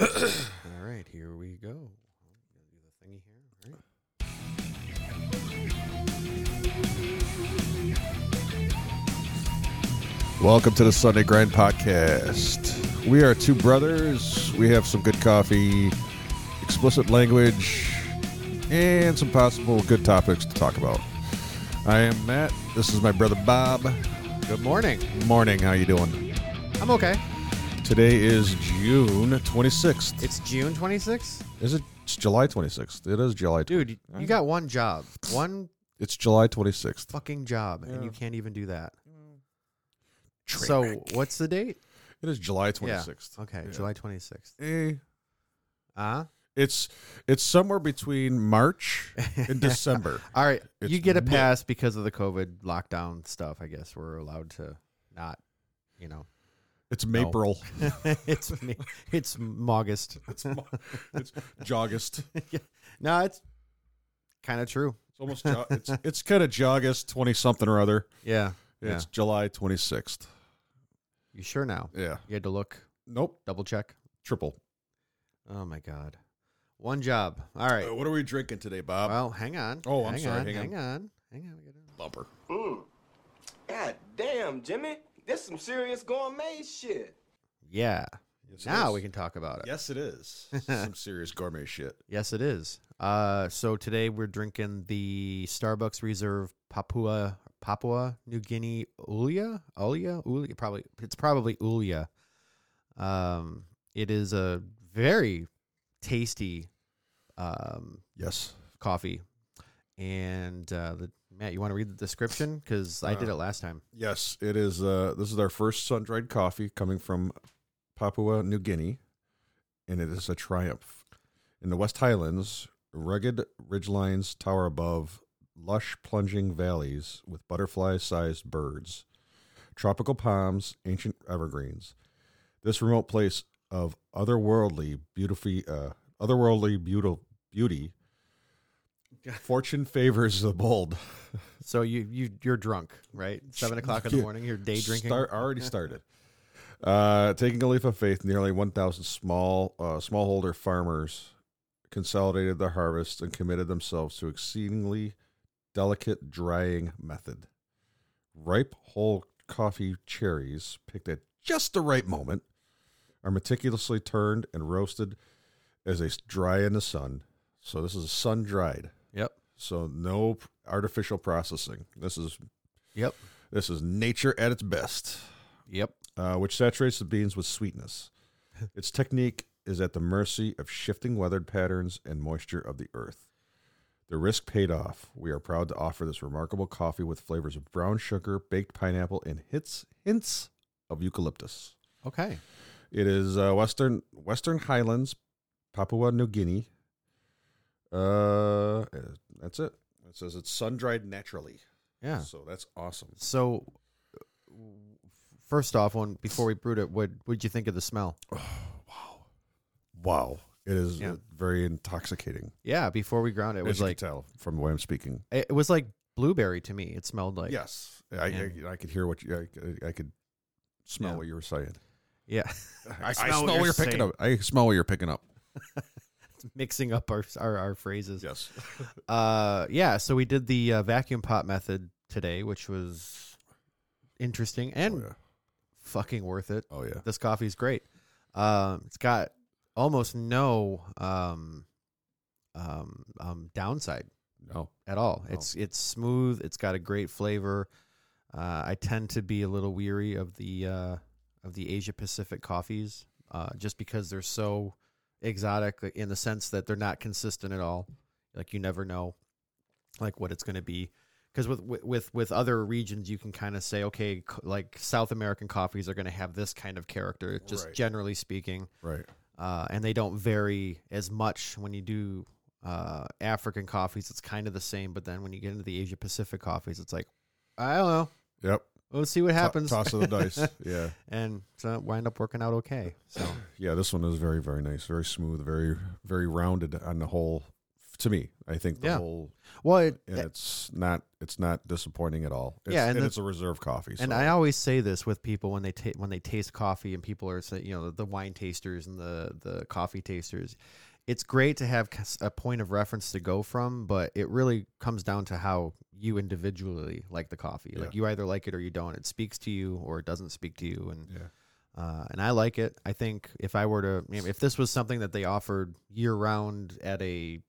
All right, here we go. I'm gonna do the thingy here. All right. Welcome to the Sunday Grind Podcast. We are two brothers. We have some good coffee, explicit language, and some possible good topics to talk about. I am Matt. This is my brother Bob. Good morning. Morning. How you doing? I'm okay. Today is June 26th. It's June 26th. Is it it's July 26th? It is July. Tw- Dude, you- you got one job. One it's July 26th. fucking job and you Yeah. Mm. can't even do that. Train so, wreck. what's the date? it is July 26th. Okay, Yeah. July Uh-huh. 26th. Eh, Huh? it's it's somewhere between March and December. All right, It's you get a mid- pass because of the COVID lockdown stuff, I guess. We're allowed to not, you know. It's April. it's me- it's August. It's, mo- it's joggist. No, it's kind of true. It's almost jo- it's it's kind of joggist twenty something or other. Yeah. Yeah. It's July twenty sixth. You sure now? Yeah. You had to look, Nope. double check. Triple. Oh my god. One job. All right. Uh, what are we drinking today, Bob? Well, hang on. Oh, I'm hang sorry, On, hang on. hang on. Hang on. we gotta- Bumper. Mm. God damn, Jimmy. This some serious gourmet shit. Yeah. Yes, it now is. we can talk about it. Yes, it is. Some serious gourmet shit. Yes, it is. Uh, so today we're drinking the Starbucks Reserve Papua Papua New Guinea Ulia Ulia Ulia probably it's probably Ulia. Um, it is a very tasty um, Yes. coffee, and uh, the, Matt, you want to read the description because I did Uh, it last time. Yes, it is. Uh, this is our first sun dried coffee coming from Papua New Guinea, and it is a triumph. In the West Highlands, rugged ridgelines tower above lush, plunging valleys with butterfly sized birds, tropical palms, ancient evergreens. This remote place of otherworldly, beautifully, uh, otherworldly beautiful beauty. Fortune favors the bold. So you you you're drunk, right? Seven o'clock in the Yeah. morning. You're day drinking. Start, already started. Uh, taking a leap of faith, nearly 1,000 small uh, smallholder farmers consolidated their harvests and committed themselves to exceedingly delicate drying method. Ripe whole coffee cherries, picked at just the right moment, are meticulously turned and roasted as they s- dry in the sun. So this is sun dried. Yep. So no p- artificial processing. This is Yep. this is nature at its best Yep. uh, which saturates the beans with sweetness. Its technique is at the mercy of shifting weather patterns and moisture of the earth. The risk paid off. We are proud to offer this remarkable coffee with flavors of brown sugar, baked pineapple, and hits hints of eucalyptus. Okay. It is uh, Western Western Highlands, Papua New Guinea. Uh, that's it. It says it's sun dried naturally, Yeah. so that's awesome. So, uh, first off, one before we brewed it, what would you think of the smell? Wow, it is Yeah. uh, very intoxicating. Yeah, before we ground it, it As was you like can tell from the way I'm speaking. it was like blueberry to me. It smelled like yes, I, and- I, I could hear what you, I, I could smell Yeah. what you were saying. yeah, I smell what you're picking saying. up. I smell what you're picking up. mixing up our our, our phrases. Yes, Uh, yeah. So we did the uh, vacuum pot method today, which was interesting and oh yeah. fucking worth it. Oh, yeah. This coffee's great. Um, it's got almost no um, um, um, downside. No, at all. No. It's it's smooth. It's got a great flavor. Uh, I tend to be a little weary of the uh, of the Asia Pacific coffees, uh, just because they're so exotic in the sense that they're not consistent at all. Like you never know, like what it's going to be. Because with with- with with other regions, you can kind of say, okay, c- like South American coffees are going to have this kind of character, just Right. generally speaking right. uh, and they don't vary as much when you do uh, African coffees. It's kind of the same, but then when you get into the Asia Pacific coffees, it's like I don't know. Yep. We'll see what To- happens, toss of the dice. Yeah, and so it wind up working out okay. So yeah. This one is very, very nice. Very smooth. Very, very rounded on the whole to me. I think the Yeah. whole Well, it, and it's not it's not disappointing at all. It's, Yeah, and, and the- it's a reserve coffee. So. And I always say this with people when they ta- when they taste coffee, and people are say, you know the wine tasters and the the coffee tasters. It's great to have cus- a point of reference to go from, but it really comes down to how you individually like the coffee. Like you either like it or you don't. It speaks to you or it doesn't speak to you. And Yeah. uh, and I like it. I think if I were to, you know, if this was something that they offered year round at a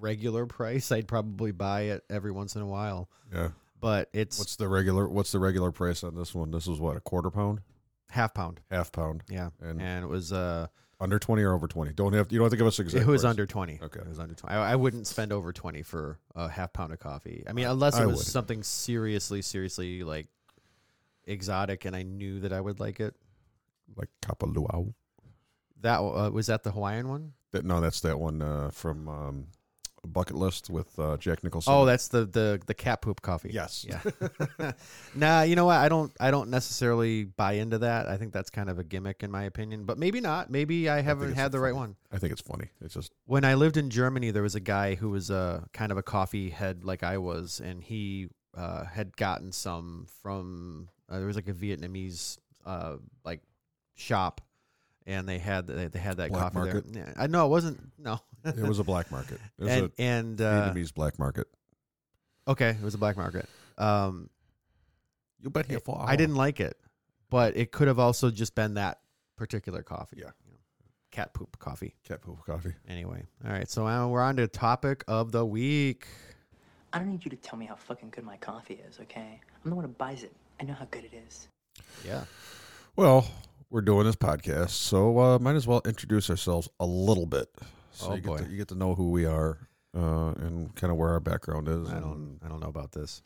regular price, I'd probably buy it every once in a while. yeah, But it's what's the regular what's the regular price on this one? This is what a quarter pound, half pound. half pound, Yeah, and and it was uh under twenty or over twenty. Don't have you don't have to give us exact. it was price. under 20 Okay. it was under 20 I, I wouldn't spend over 20 for a half pound of coffee i mean unless it I was wouldn't. something seriously seriously like exotic and i knew that i would like it like Kapa Luau. that uh, was that the hawaiian one? That no, that's that one uh, from um, Bucket List with uh, Jack Nicholson. Oh, that's the the the cat poop coffee Yes. yeah nah you know what i don't i don't necessarily buy into that i think that's kind of a gimmick in my opinion but maybe not maybe i haven't it's had the funny. right one I think it's funny. It's just when I lived in Germany, there was a guy who was a kind of a coffee head like I was, and he uh, had gotten some from uh, there was like a Vietnamese uh, like shop, and they had they, they had that Black coffee market? there. Yeah, I know it wasn't no, it was a black market. It was and a and uh, Vietnamese black market. okay, it was a black market. Um, You bet here for I didn't like it, but it could have also just been that particular coffee. Yeah. you know, cat poop coffee. cat poop coffee. Anyway, all right, so now we're on to topic of the week. I don't need you to tell me how fucking good my coffee is, okay? I'm the one who buys it. I know how good it is. Yeah. Well, we're doing this podcast, so uh, might as well introduce ourselves a little bit. So Oh, you, boy. Get to, you get to know who we are uh, and kind of where our background is. I and- don't I don't know about this.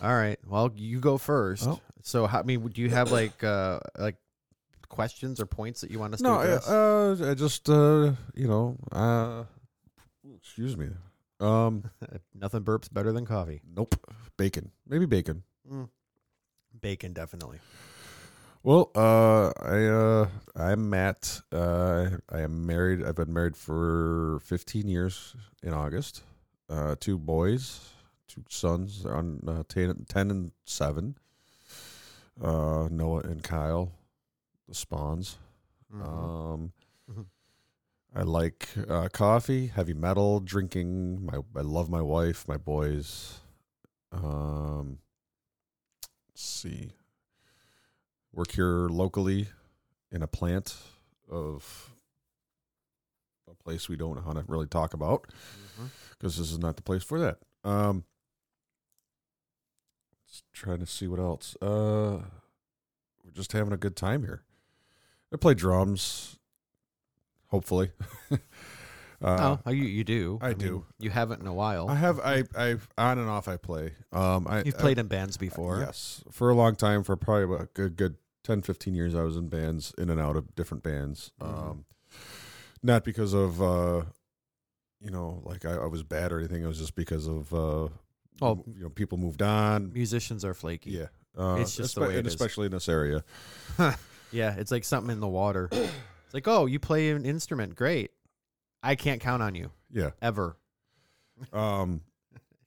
All right. Well, you go first. Oh. So how, I mean, do you have like uh like questions or points that you want us No, to I, address? uh, I just uh, you know, uh, excuse me. Um, Nothing burps better than coffee. nope, bacon, maybe bacon. Bacon definitely. Well, uh, I uh, I'm Matt. Uh, I am married. I've been married for 15 years in August. Uh, two boys, two sons. They're on uh, 10, 10 and seven. Uh, Noah and Kyle, the spawns. Mhm. Um, Mhm. I like uh, coffee, heavy metal, drinking. My I love my wife, my boys. Um, let's see, work here locally in a plant of a place we don't want to really talk about Mhm. because this is not the place for that. Um, just trying to see what else. Uh, we're just having a good time here. I play drums, hopefully. uh, oh, you you do. I do. You haven't in a while. I have I I on and off I play. Um, I You've I- played in bands before. Yes, for a long time, for probably about a good, good 10, 15 years, I was in bands, in and out of different bands. Mhm. Um, not because of, uh, you know, like I, I was bad or anything. It was just because of, uh, Well- you know, people moved on. Musicians are flaky. Yeah. Uh, It's just the espe- way it and is. especially in this area. Yeah, it's like something in the water. it's like, "Oh, you play an instrument. Great. I can't count on you Yeah. ever." Um,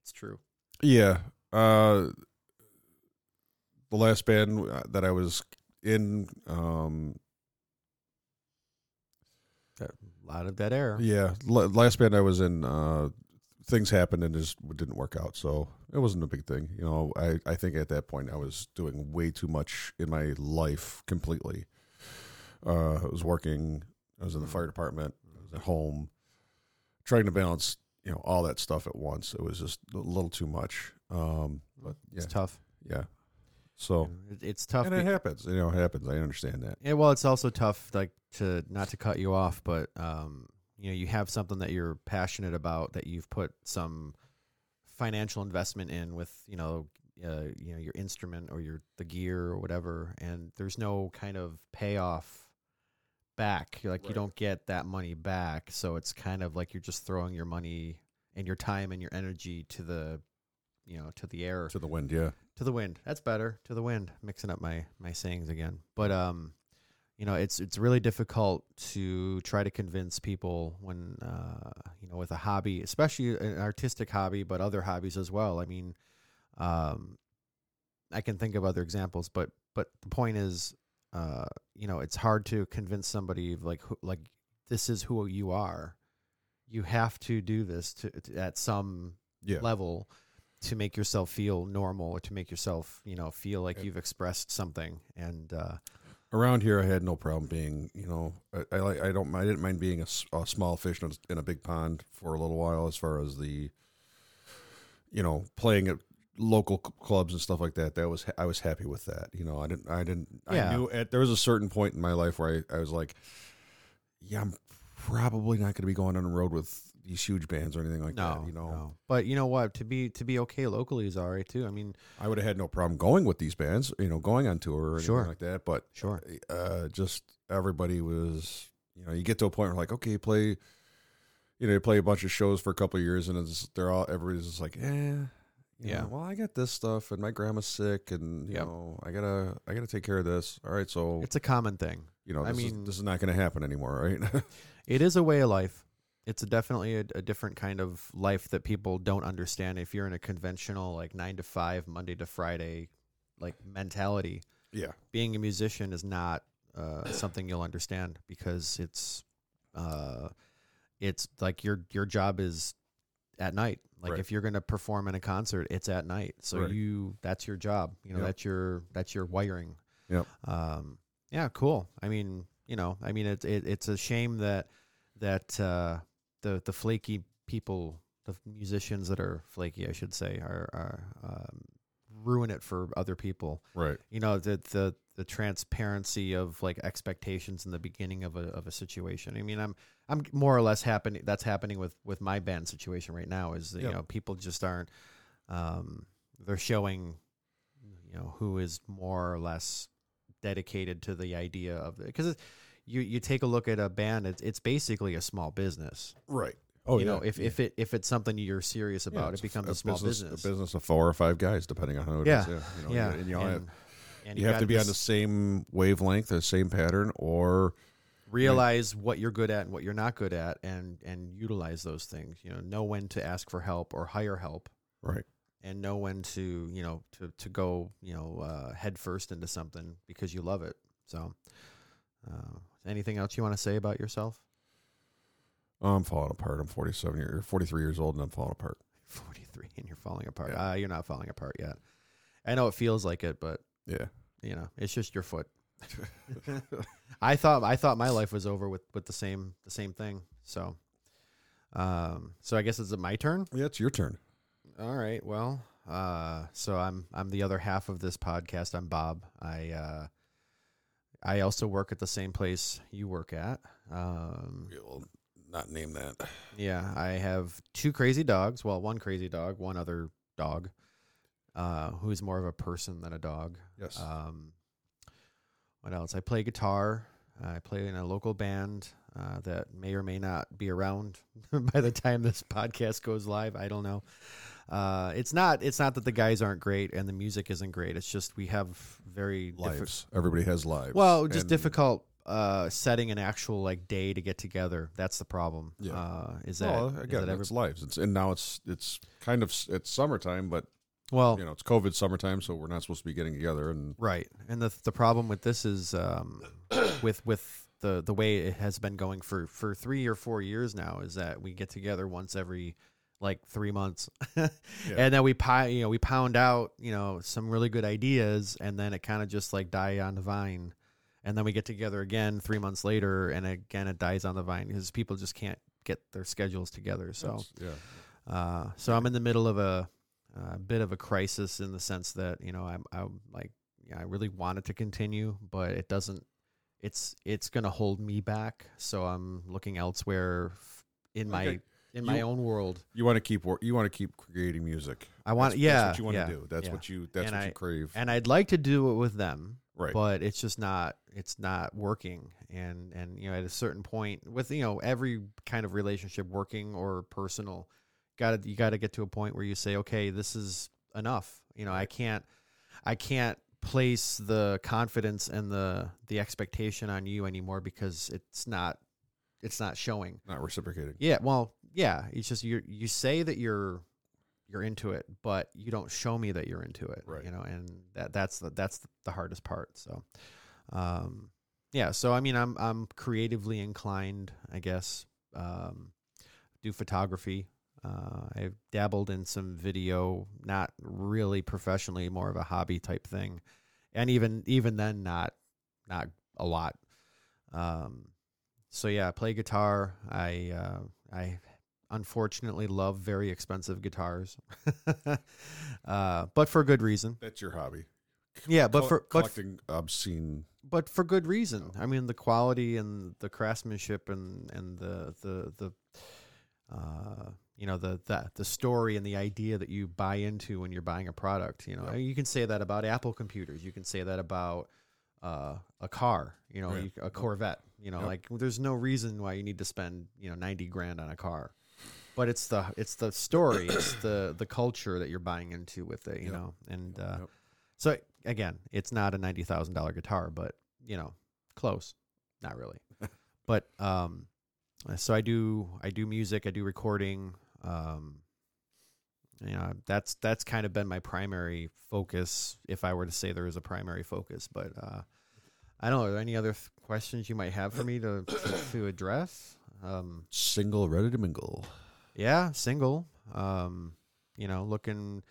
It's true. Yeah. Uh, the last band uh, that I was in, um, A lot of dead air. yeah, l- last band I was in, uh, things happened and just didn't work out. So it wasn't a big thing. You know, I, I think at that point I was doing way too much in my life completely. Uh, I was working, I was in the fire department, I was at home, trying to balance, you know, all that stuff at once. It was just a little too much. Um, but yeah, It's tough. yeah. So, It- It's tough. and be- it happens. You know, it happens. I understand that. Yeah, well, it's also tough, like to not to cut you off, but um, you know, you have something that you're passionate about that you've put some financial investment in with, you know, uh, you know, your instrument or your the gear or whatever, and there's no kind of payoff back. You're like you Right. don't get that money back, so it's kind of like you're just throwing your money and your time and your energy to the, you know, to the air To the wind, yeah. to the wind. That's better. To the wind. Mixing up my my sayings again. But um you know it's it's really difficult to try to convince people when uh, you know with a hobby, especially an artistic hobby, but other hobbies as well. I mean, um, I can think of other examples, but but the point is, uh, you know, it's hard to convince somebody of like who, like this is who you are. You have to do this to, to at some Yeah. level to make yourself feel normal or to make yourself you know feel like you've expressed something and uh Around here, I had no problem being, you know, I, I like, I don't, I didn't mind being a, s- a small fish in a, in a big pond for a little while, as far as the, you know, playing at local c- clubs and stuff like that. That was, I was happy with that. You know, I didn't, I didn't, Yeah. I knew at there was a certain point in my life where I, I was like, yeah, I'm probably not going to be going on the road with these huge bands or anything like no that. You know, no. but you know what to be to be okay locally is all right too i mean I would have had no problem going with these bands, you know, going on tour or anything Sure. like that. But sure uh, just everybody was, you know, you get to a point where like, okay, you play, you know, you play a bunch of shows for a couple of years, and it's they're all everybody's just like, eh, you Yeah. know, well, I got this stuff, and my grandma's sick, and you Yep. know, I gotta, I gotta take care of this. All right, so it's a common thing you know, I this mean- is, this is not gonna happen anymore, right? it is a way of life it's a definitely a, a different kind of life that people don't understand if you're in a conventional like nine to five monday to friday like mentality yeah, being a musician is not uh, something you'll understand because it's uh, it's like your your job is at night. Like Right. if you're going to perform in a concert, it's at night. So Right. you that's your job. You know Yep. that's your that's your wiring. Yep. Um, yeah. Cool. I mean, you know, I mean, it's it, it's a shame that that uh, the the flaky people, the musicians that are flaky, I should say, are are um, ruin it for other people right. you know the the the transparency of like expectations in the beginning of a of a situation. I mean, I'm I'm more or less happening. That's happening with with my band situation right now. Is that, Yeah. you know people just aren't. Um, they're showing, you know, who is more or less dedicated to the idea of it because you you take a look at a band. It's it's basically a small business. Right. Oh, you yeah. know, if if it if it's something you're serious Yeah, about, it's it becomes a, small business, business. a business of four or five guys, depending on how it is. Yeah. you know, Yeah, and you, all have, and you have got to be on this- the same wavelength, the same pattern, or realize what you're good at and what you're not good at and and utilize those things you know know when to ask for help or hire help right. and know when to you know to to go you know uh head first into something because you love it so uh, anything else you want to say about yourself I'm falling apart. I'm 47 year, 43 years old, and I'm falling apart. 43 and you're falling apart Ah, you're not falling apart yet i know it feels like it but Yeah, you know it's just your foot i thought i thought my life was over with with the same the same thing so um so i guess it's my turn yeah. It's your turn. All right. Well, uh, so I'm I'm the other half of this podcast. I'm Bob. I uh, I also work at the same place you work at. Um, We'll not name that. yeah, I have two crazy dogs. Well, one crazy dog, one other dog, uh, who is more of a person than a dog. Yes. Um, what else? I play guitar. I play in a local band uh, that may or may not be around by the time this podcast goes live. I don't know. Uh, it's not. It's not that the guys aren't great and the music isn't great. It's just we have very different lives. Everybody has lives. well, just And- difficult uh, setting an actual like day to get together. That's the problem. Yeah. Uh, is that, Well, is again, that every- it's lives. It's and now it's it's kind of s- it's summertime, but well, you know it's COVID summertime, so we're not supposed to be getting together. And right. And the the problem with this is um, with with the the way it has been going for for three or four years now is that we get together once every like three months, and then we pi- you know we pound out you know some really good ideas, and then it kind of just like die on the vine. and then we get together again three months later and again it dies on the vine because people just can't get their schedules together so it's- yeah, uh, so i'm in the middle of a, uh bit of a crisis in the sense that you know i'm, I'm like yeah, i really want it to continue but it doesn't it's it's going to hold me back so i'm looking elsewhere f- in my Okay. in You- my own world you want to keep wor- you want to keep creating music. i want That's- yeah that's what you want yeah, to do. That's yeah. what you that's And what I- you crave. and i'd like to do it with them right. but it's just not it's not working and and you know at a certain point with you know every kind of relationship working or personal got to you got to get to a point where you say okay this is enough you know i can't i can't place the confidence and the the expectation on you anymore because it's not it's not showing. Not reciprocating. Yeah, well, yeah. It's just you you say that you're you're into it, but you don't show me that you're into it. Right. You know, and that that's the that's the hardest part. So um yeah, so I mean I'm I'm creatively inclined, I guess. Um do photography. Uh, I've dabbled in some video, not really professionally, more of a hobby type thing. And even even then not not a lot. Um so yeah, I play guitar. I uh, I unfortunately love very expensive guitars, uh, but for good reason. That's your hobby. Yeah, but Col- for but, collecting obscene. but for good reason. I mean, the quality and the craftsmanship and and the the the uh, you know the, the the story and the idea that you buy into when you're buying a product. You know, Yeah. you can say that about Apple computers. You can say that about uh, a car. You know, Yeah. you- a Corvette. You know, Yep. like there's no reason why you need to spend you know ninety grand on a car. But it's the it's the story, it's the the culture that you're buying into with it, you Yep. know, and uh, Yep. so again, it's not a ninety thousand dollar guitar, but you know, close. Not really. but um, so I do I do music, I do recording. Um, you know, that's that's kind of been my primary focus, if I were to say there is a primary focus. But uh, I don't know. Are there any other th- questions you might have for me to to address? Um, Single, ready to mingle. yeah, single. Um, you know, looking,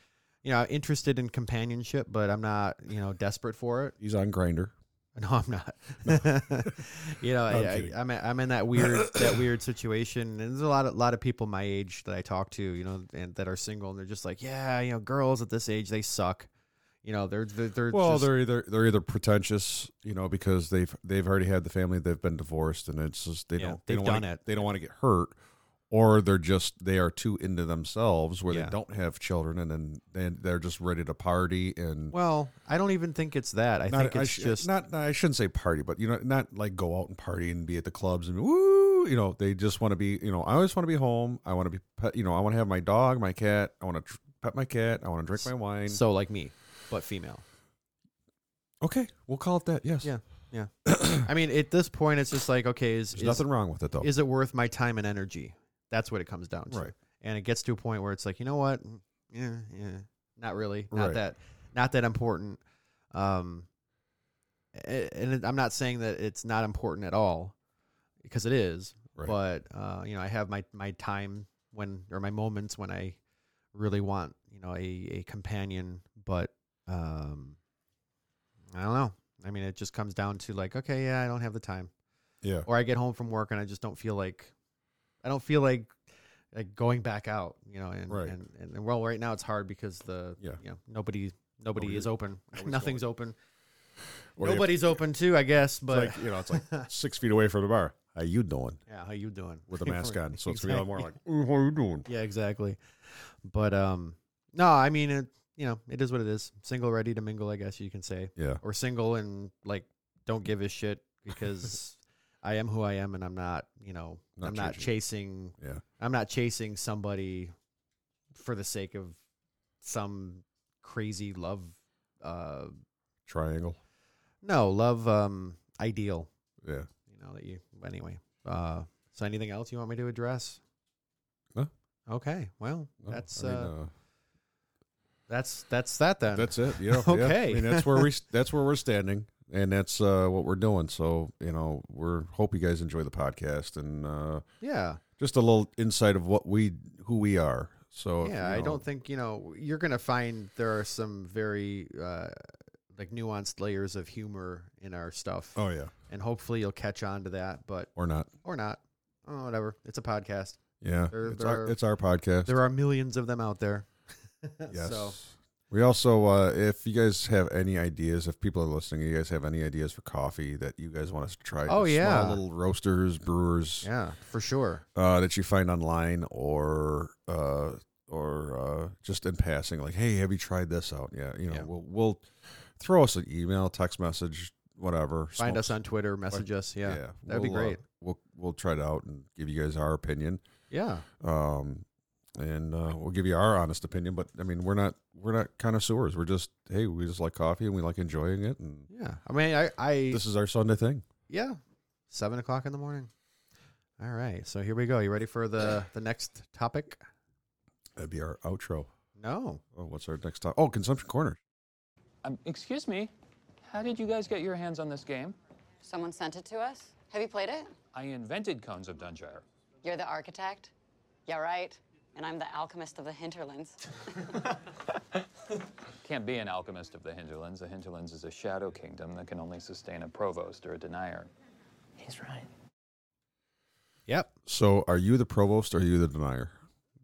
you know, interested in companionship, but I'm not, you know, desperate for it. He's on grinder. No, I'm not. you know, I'm I, I, kidding. I'm a- I'm in that weird that weird situation, and there's a lot of lot of people my age that I talk to, you know, and that are single, and they're just like, yeah, you know, girls at this age they suck. You know, they're they're, they're Well, just- they're either they're either pretentious, you know, because they've they've already had the family, they've been divorced, and it's just they Yeah, don't they they've don't wanna, done it. They don't want to get hurt, or they're just they are too into themselves where Yeah. they don't have children, and then they, they're just ready to party and. well, I don't even think it's that. I think it's sh- just not, not- I shouldn't say party, but you know, not like go out and party and be at the clubs and woo. You know, they just want to be. You know, I always want to be home. I want to be. Pet, you know, I want to have my dog, my cat. I want to tr- pet my cat. I want to drink my wine. so like me, but female. okay, we'll call it that. Yes. Yeah, yeah. I mean, at this point, it's just like, okay, is, There's is nothing wrong with it though. is it worth my time and energy? That's what it comes down to. Right. And it gets to a point where it's like, you know what? Mm, Yeah, yeah. Not really. Not Right. that not that important. Um a- and it- I'm not saying that it's not important at all because it is, Right. but uh you know, I have my my time when or my moments when I really want, you know, a a companion, but um I don't know. I mean, it just comes down to like, okay, yeah, I don't have the time yeah. or I get home from work and I just don't feel like I don't feel like like going back out, you know, and Right. and, and, and well right now it's hard because the Yeah. you know, nobody nobody Nobody- is open. nobody's Nothing's open. Or you- Nobody's open too, I guess, It's but like you know, it's like six feet away from the bar. How you doing? yeah, how you doing? With a mask on, so it's Exactly. gonna be a lot more like, "Mm, how you doing? Yeah, exactly. But um no, I mean it you know, it is what it is. Single ready to mingle, I guess you can say. Yeah, Or single and like don't give a shit because I am who I am and I'm not, you know, Not I'm not changing. chasing yeah, I'm not chasing somebody for the sake of some crazy love uh triangle. no, love um ideal, Yeah, you know, that you anyway. Uh so anything else you want me to address? No. Okay. Well, No, that's I mean, uh, that's that's that then. that's it. Yeah, yeah. Okay. I mean, that's where we that's where we're standing, and that's uh, what we're doing. So you know, we're hope you guys enjoy the podcast and uh, yeah. just a little insight of what we who we are. So Yeah, you I know, don't think, you know, you're going to find there are some very uh like nuanced layers of humor in our stuff. Oh yeah, And hopefully you'll catch on to that, but or not. or not. Oh, whatever. It's a podcast. Yeah, There- it's there our are- it's our podcast. There are millions of them out there. Yes. So We also, uh, if you guys have any ideas, if people are listening, you guys have any ideas for coffee that you guys want us to try? Oh, just yeah. small little roasters, brewers yeah, for sure. uh, that you find online or uh, or uh, just in passing, like, hey, have you tried this out? Yeah, you know, Yeah. We'll, we'll throw us an email, text message, whatever. Find Small- us on Twitter, message us. Yeah. that'd be We'll, uh, great. we'll we'll try it out and give you guys our opinion. Yeah. Um, and uh, we'll give you our honest opinion. But I mean, we're not we're not connoisseurs. We're just hey, we just like coffee and we like enjoying it, and Yeah. I mean, I, I this is our Sunday thing. yeah, seven o'clock in the morning. All right. So here we go. You ready for the the next topic? That'd be our outro. No. Oh, what's our next topic? Oh, consumption corner. Um, excuse me, how did you guys get your hands on this game? Someone sent it to us. Have you played it? I invented Cones of Dungyre. You're the architect. Yeah, right. And I'm the alchemist of the hinterlands. Can't be an alchemist of the Hinterlands. The Hinterlands is a shadow kingdom that can only sustain a provost or a denier. He's right. Yep. So, are you the provost or are you the denier?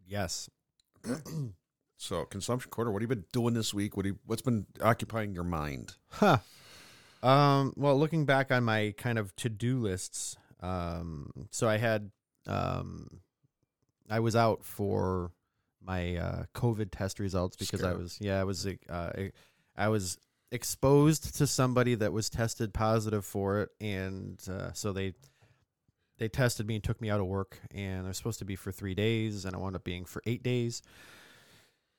Yes. So, consumption corner. What have you been doing this week? What do you, what's been occupying your mind? Huh. Um, well, looking back on my kind of to do lists, um, so I had, um, I was out for my uh, COVID test results because I Scare. was, yeah, I was, uh, I was exposed to somebody that was tested positive for it, and uh, so they they tested me and took me out of work, and they're supposed to be for three days, and I wound up being for eight days.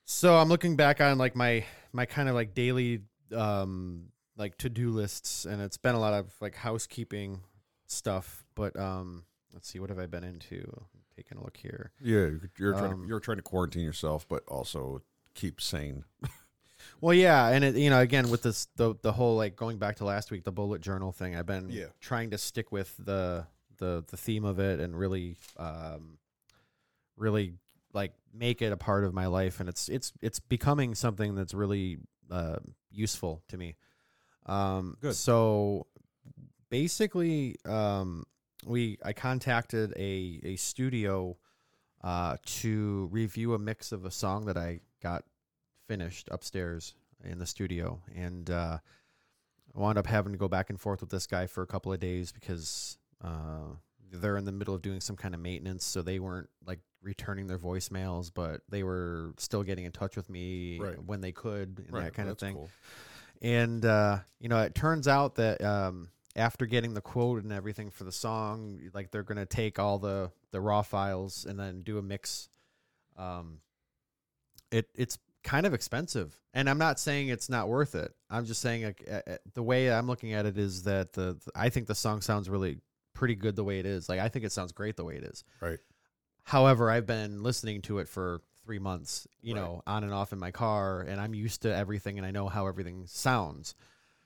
So I'm looking back on like my my kind of like daily um like to-do lists and it's been a lot of like housekeeping stuff but um let's see what have i been into taking a look here Yeah, you're trying Um, to, you're trying to quarantine yourself, but also keep sane. well yeah and it you know again with this the the whole like going back to last week the bullet journal thing i've been Yeah. trying to stick with the the the theme of it and really um really like make it a part of my life and it's it's it's becoming something that's really uh useful to me um Good. so basically um we i contacted a a studio uh to review a mix of a song that i got finished upstairs in the studio and uh I wound up having to go back and forth with this guy for a couple of days because uh, they're in the middle of doing some kind of maintenance, so they weren't like returning their voicemails, but they were still getting in touch with me Right. when they could and that kind of well, that's thing. cool. And uh, you know, it turns out that um, after getting the quote and everything for the song, like they're gonna take all the the raw files and then do a mix. Um, it it's kind of expensive, and I'm not saying it's not worth it. I'm just saying like uh, uh, the way I'm looking at it is that the I think the song sounds really pretty good the way it is. Like I think it sounds great the way it is. Right. However, I've been listening to it for three months, you Right. know, on and off in my car, and I'm used to everything and I know how everything sounds.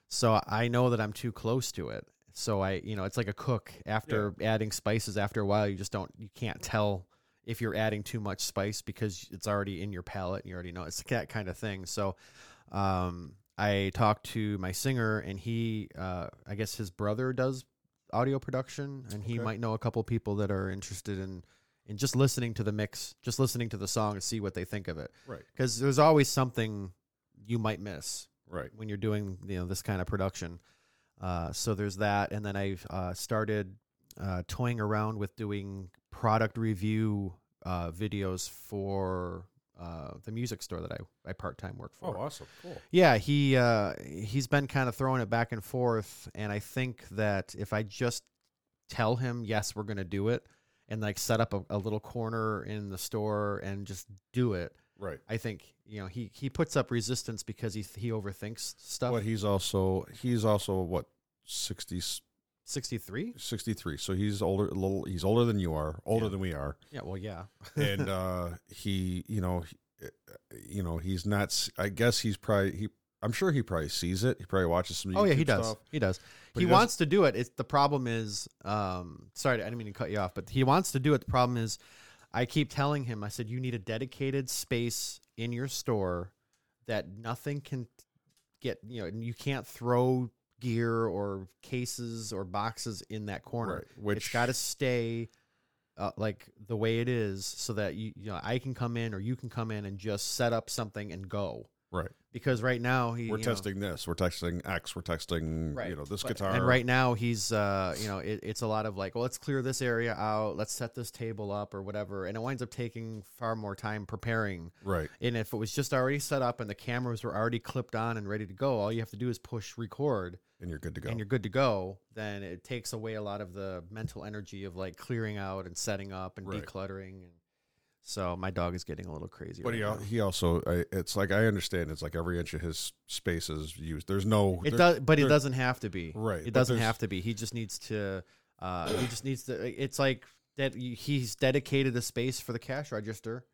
So I know that I'm too close to it. So I, you know, it's like a cook after adding spices after a while, you just don't, you can't tell if you're adding too much spice because it's already in your palate and you already know it's that kind of thing. So, um, I talked to my singer and he, uh, I guess his brother does audio production and he might know a couple people that are interested in, in just listening to the mix, just listening to the song and see what they think of it. Right. Cause there's always something you might miss Right. when you're doing you know this kind of production. Uh, so there's that, and then I uh, started uh, toying around with doing product review uh, videos for uh, the music store that I, I part time work for. Oh, awesome. Cool. Yeah, he uh, he's been kind of throwing it back and forth, and I think that if I just tell him yes, we're gonna do it, and like set up a, a little corner in the store and just do it, Right. I think you know he he puts up resistance because he he overthinks stuff. But he's also he's also what 60, 63? 63. So he's older a little he's older than you are, older Yeah. than we are. Yeah, well, yeah. And uh he, you know, he, uh, you know, he's not s- I guess he's probably he I'm sure he probably sees it. He probably watches some Oh yeah, he YouTube does. stuff. He does. he But he doesn't- wants to do it. It's the problem is um sorry, I didn't mean to cut you off, but he wants to do it. The problem is I keep telling him I said you need a dedicated space in your store that nothing can get, you know, and you can't throw gear or cases or boxes in that corner. Right, which- it's got to stay uh, like the way it is so that you you know I can come in or you can come in and just set up something and go. Right. Because right now he We're you know- testing this. We're testing X. We're testing you know this but- guitar. And right now he's uh you know it, it's a lot of like well let's clear this area out let's set this table up or whatever and it winds up taking far more time preparing. right. And if it was just already set up and the cameras were already clipped on and ready to go, all you have to do is push record And you're good to go. and you're good to go. Then it takes away a lot of the mental energy of like clearing out and setting up and Right. decluttering and So my dog is getting a little crazy. But right he, al- now. he also, I, it's like I understand. It's like every inch of his space is used. There's no. It there- does, but it there- doesn't have to be. Right, It but doesn't there's- have to be. He just needs to. Uh, he just needs to. It's like that. He's dedicated a space for the cash register.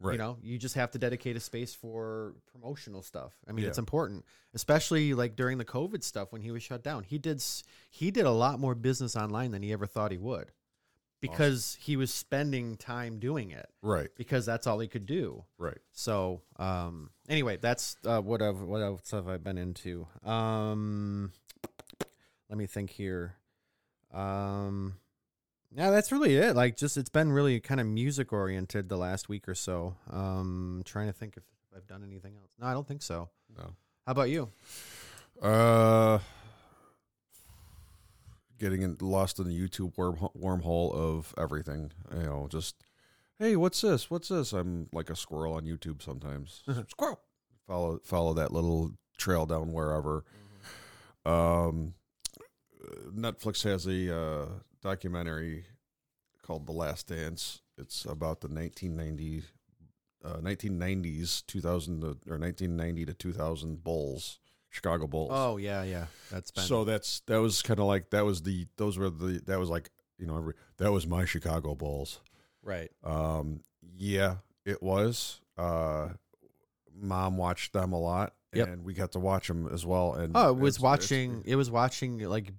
Right. You know, you just have to dedicate a space for promotional stuff. I mean, Yeah. it's important, especially like during the COVID stuff when he was shut down. He did s- he did a lot more business online than he ever thought he would, because he was spending time doing it Right. because that's all he could do. Right. So, um, anyway, that's uh, what I've what else have I been into? Um, let me think here. Um, yeah, that's really it. Like, just it's been really kind of music oriented the last week or so. Um, trying to think if I've done anything else. No, I don't think so. No. How about you? Uh, getting in, lost in the YouTube worm, wormhole of everything. You know, just hey, what's this? What's this? I'm like a squirrel on YouTube sometimes. squirrel. Follow follow that little trail down wherever. Um, Netflix has a uh, documentary called The Last Dance. It's about the 1990. Uh, 1990s, 2000 to, or 1990 to 2000 Bulls, Chicago Bulls Oh yeah, yeah. That's been so that's that was kind of like that was the those were the that was like you know every, that was my Chicago Bulls. right. Um, yeah, it was. Uh, mom watched them a lot, Yep. and we got to watch them as well. And Oh, it was it's- watching. it's- it was watching like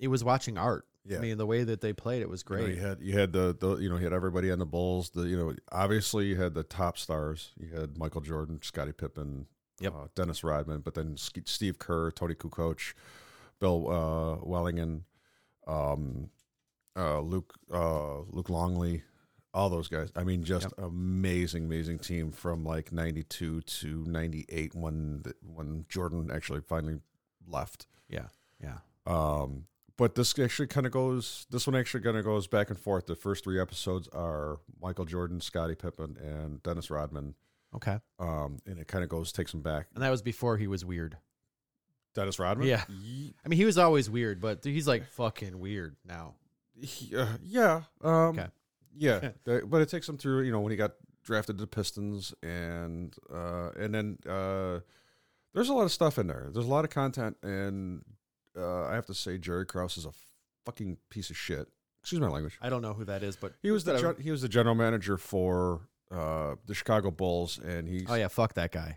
it was watching art. Yeah. I mean, the way that they played it was You, know, great. you had you had the, the you know you had everybody on the Bulls. The you know obviously you had the top stars. You had Michael Jordan, Scottie Pippen, Yep. uh, Dennis Rodman, but then Ske- Steve Kerr, Tony Kukoc, Bill uh, Wellingen, um, uh, Luke uh, Luke Longley, all those guys. I mean, just amazing, amazing team from like '92 to '98 when the, when Jordan actually finally left. Yeah, yeah. Um, but this actually kind of goes. This one actually kind of goes back and forth. The first three episodes are Michael Jordan, Scottie Pippen, and Dennis Rodman. Okay. Um, and it kind of goes takes them back. And that was before he was weird. Dennis Rodman. Yeah. Ye- I mean, he was always weird, but he's like fucking weird now. he- uh, yeah. Um, Okay. Yeah. That- but it takes him through. You know, when he got drafted to the Pistons, and uh, and then uh, there's a lot of stuff in there. There's a lot of content, and uh, I have to say, Jerry Krause is a fucking piece of shit. Excuse my language. I don't know who that is, but He was the whatever. gen- he was the general manager for uh, the Chicago Bulls, and he oh yeah, fuck that guy.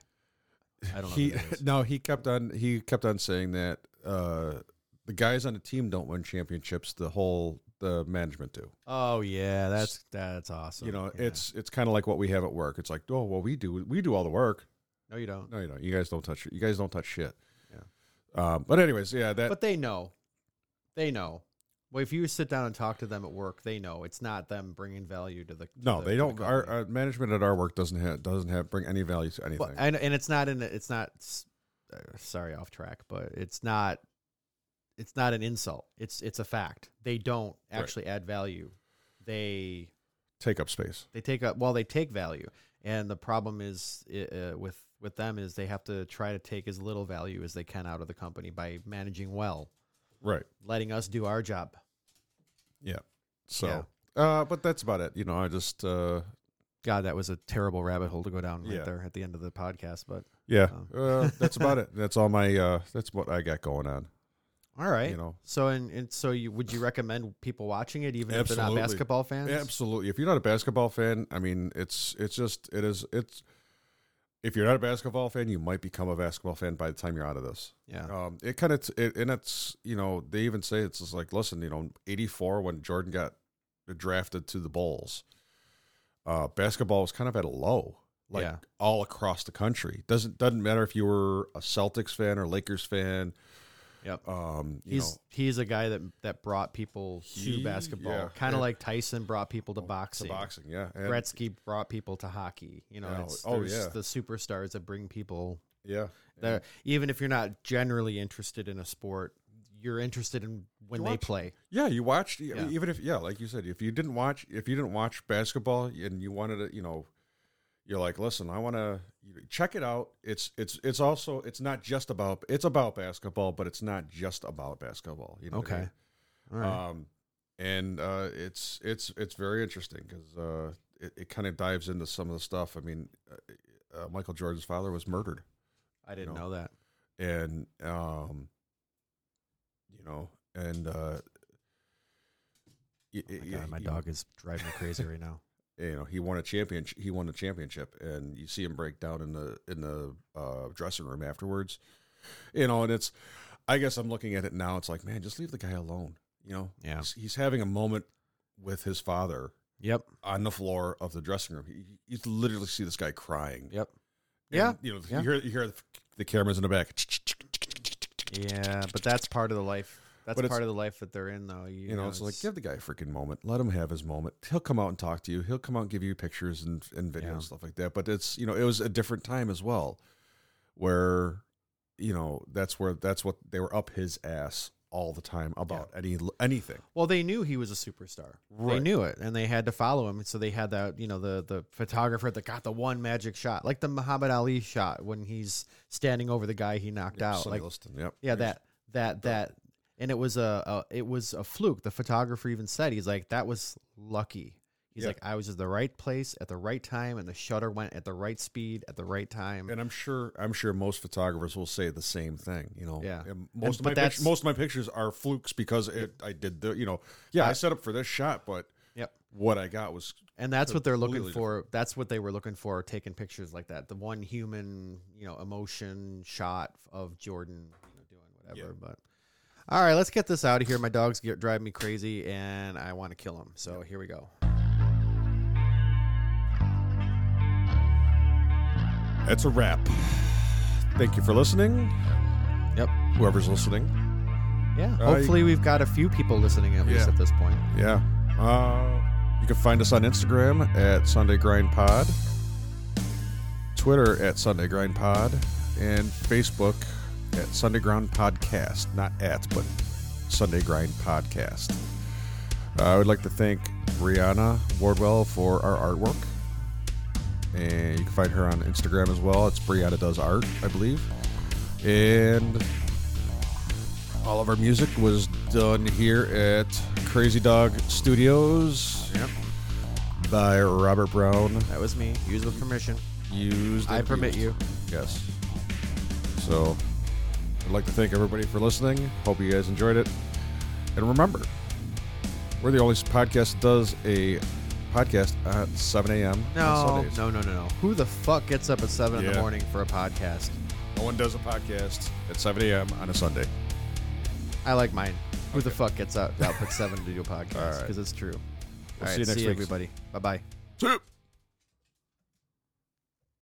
I don't know. he who that is. no he kept on he kept on saying that uh, the guys on the team don't win championships. The whole the management do. Oh yeah, that's that's awesome. you know, Oh, Yeah. it's it's kind of like what we have at work. It's like oh well we do we do all the work. no, you don't. No, you don't. You guys don't touch you guys don't touch shit. Yeah. Um, but anyways, yeah that But they know, they know. Well, if you sit down and talk to them at work, they know it's not them bringing value to the. to no the- to the they don't. Our, company. our management at our work doesn't have doesn't have bring any value to anything. Well, and, and it's not in. the- It's not. s- uh, Sorry, off track, but it's not. It's not an insult. It's it's a fact. They don't Right. actually add value. They Take up space. they take up well they take value and the problem is uh, uh, with with them is they have to try to take as little value as they can out of the company by managing well Right. letting us do our job Yeah. So, Uh, but that's about it. You know, I just, uh, god that was a terrible rabbit hole to go down right Yeah. there at the end of the podcast but yeah, uh, that's about it. That's all my, uh, that's what I got going on. all right You know. so and, and so you would you recommend people watching it even if they're not basketball fans Absolutely. If you're not a basketball fan, I mean, it's, it's just, it is, it's, if you're not a basketball fan, you might become a basketball fan by the time you're out of this. yeah Um, it kind of, it, and it's, you know, they even say it's just like, listen, you know, 84 when Jordan got drafted to the Bulls, uh, basketball was kind of at a low, like Yeah. all across the country. Doesn't, doesn't matter if you were a Celtics fan or Lakers fan. yep Um, you He's know, he's a guy that that brought people to He- basketball, yeah, kind of and- like Tyson brought people to to boxing. boxing. Yeah. And- Gretzky brought people to hockey. You know, Yeah, it's, oh, there's yeah. the superstars that bring people Yeah. there. Even if you're not generally interested in a sport, you're interested in when they watch- play. Yeah, you watched I mean, Yeah. even if yeah, like you said, if you didn't watch if you didn't watch basketball and you wanted to, you know, you're like, listen, I want to check it out. It's it's it's also it's not just about it's about basketball, but it's not just about basketball. You know, what I Okay. mean? All right. Um, and uh, it's it's it's very interesting because uh, it, it kind of dives into some of the stuff. I mean, uh, uh, Michael Jordan's father was murdered, I didn't know No. that. and um, you know, and uh, y- Oh my, y- y- God, my you- dog is driving me crazy right now. you know he won a champion he won a championship and you see him break down in the in the uh, dressing room afterwards you know and it's i guess i'm looking at it now it's like man just leave the guy alone you know Yeah. he's, he's having a moment with his father Yep. on the floor of the dressing room you, you literally see this guy crying Yep. And, Yeah. you know Yeah. you hear, you hear the, the cameras in the back Yeah, but that's part of the life. That's But it's- part of the life that they're in, though. You, you know, it's like give the guy a freaking moment. Let him have his moment. He'll come out and talk to you. He'll come out and give you pictures and and videos Yeah. and stuff like that. But it's you know, it was a different time as well, where you know that's where that's what they were up his ass all the time about any anything. Well, they knew he was a superstar. They Right. knew it, and they had to follow him. So they had that, you know, the the photographer that got the one magic shot, like the Muhammad Ali shot when he's standing over the guy he knocked out. Oh, Sonny Like, Liston, yep. yeah, that that that, and it was a, a it was a fluke. The photographer even said he's like that was lucky. He's Yeah. like I was at the right place at the right time, and the shutter went at the right speed at the right time. And I'm sure I'm sure most photographers will say the same thing. You know, Yeah. And And- most but of my that's- pict- most of my pictures are flukes because it, I did the you know yeah I set up for this shot, but yep. what I got was And that's what they're looking Completely for. That's what they were looking for, taking pictures like that. The one human, you know, emotion shot of Jordan, you know, doing whatever. But all right, let's get this out of here. My dogs get driving me crazy and I want to kill him. So here we go. That's a wrap. Thank you for listening, Yep. whoever's listening. Yeah. Uh, Hopefully we've got a few people listening at least Yeah. at this point. Yeah. Uh, you can find us on Instagram at Sunday Grind Pod, Twitter at Sunday Grind Pod, and Facebook at Sunday Grind Podcast. Not at, but Sunday Grind Podcast. Uh, I would like to thank Brianna Wardwell for our artwork. And you can find her on Instagram as well. It's Brianna Does Art, I believe. And all of our music was done here at Crazy Dog Studios Yep. by Robert Brown. That was me. Use with permission. Used. I and permit abused. you. Yes. So I'd like to thank everybody for listening. Hope you guys enjoyed it. And remember, we're the only podcast that does a podcast at 7 a.m. No, on Sundays. no, no, no, no. Who the fuck gets up at seven in the Yeah. morning for a podcast? No one does a podcast at 7 a.m. on a Sunday. I like mine. Who the fuck gets up, up at seven to do a podcast? All right. Because it's true. All see you next week. everybody. Bye bye. See ya.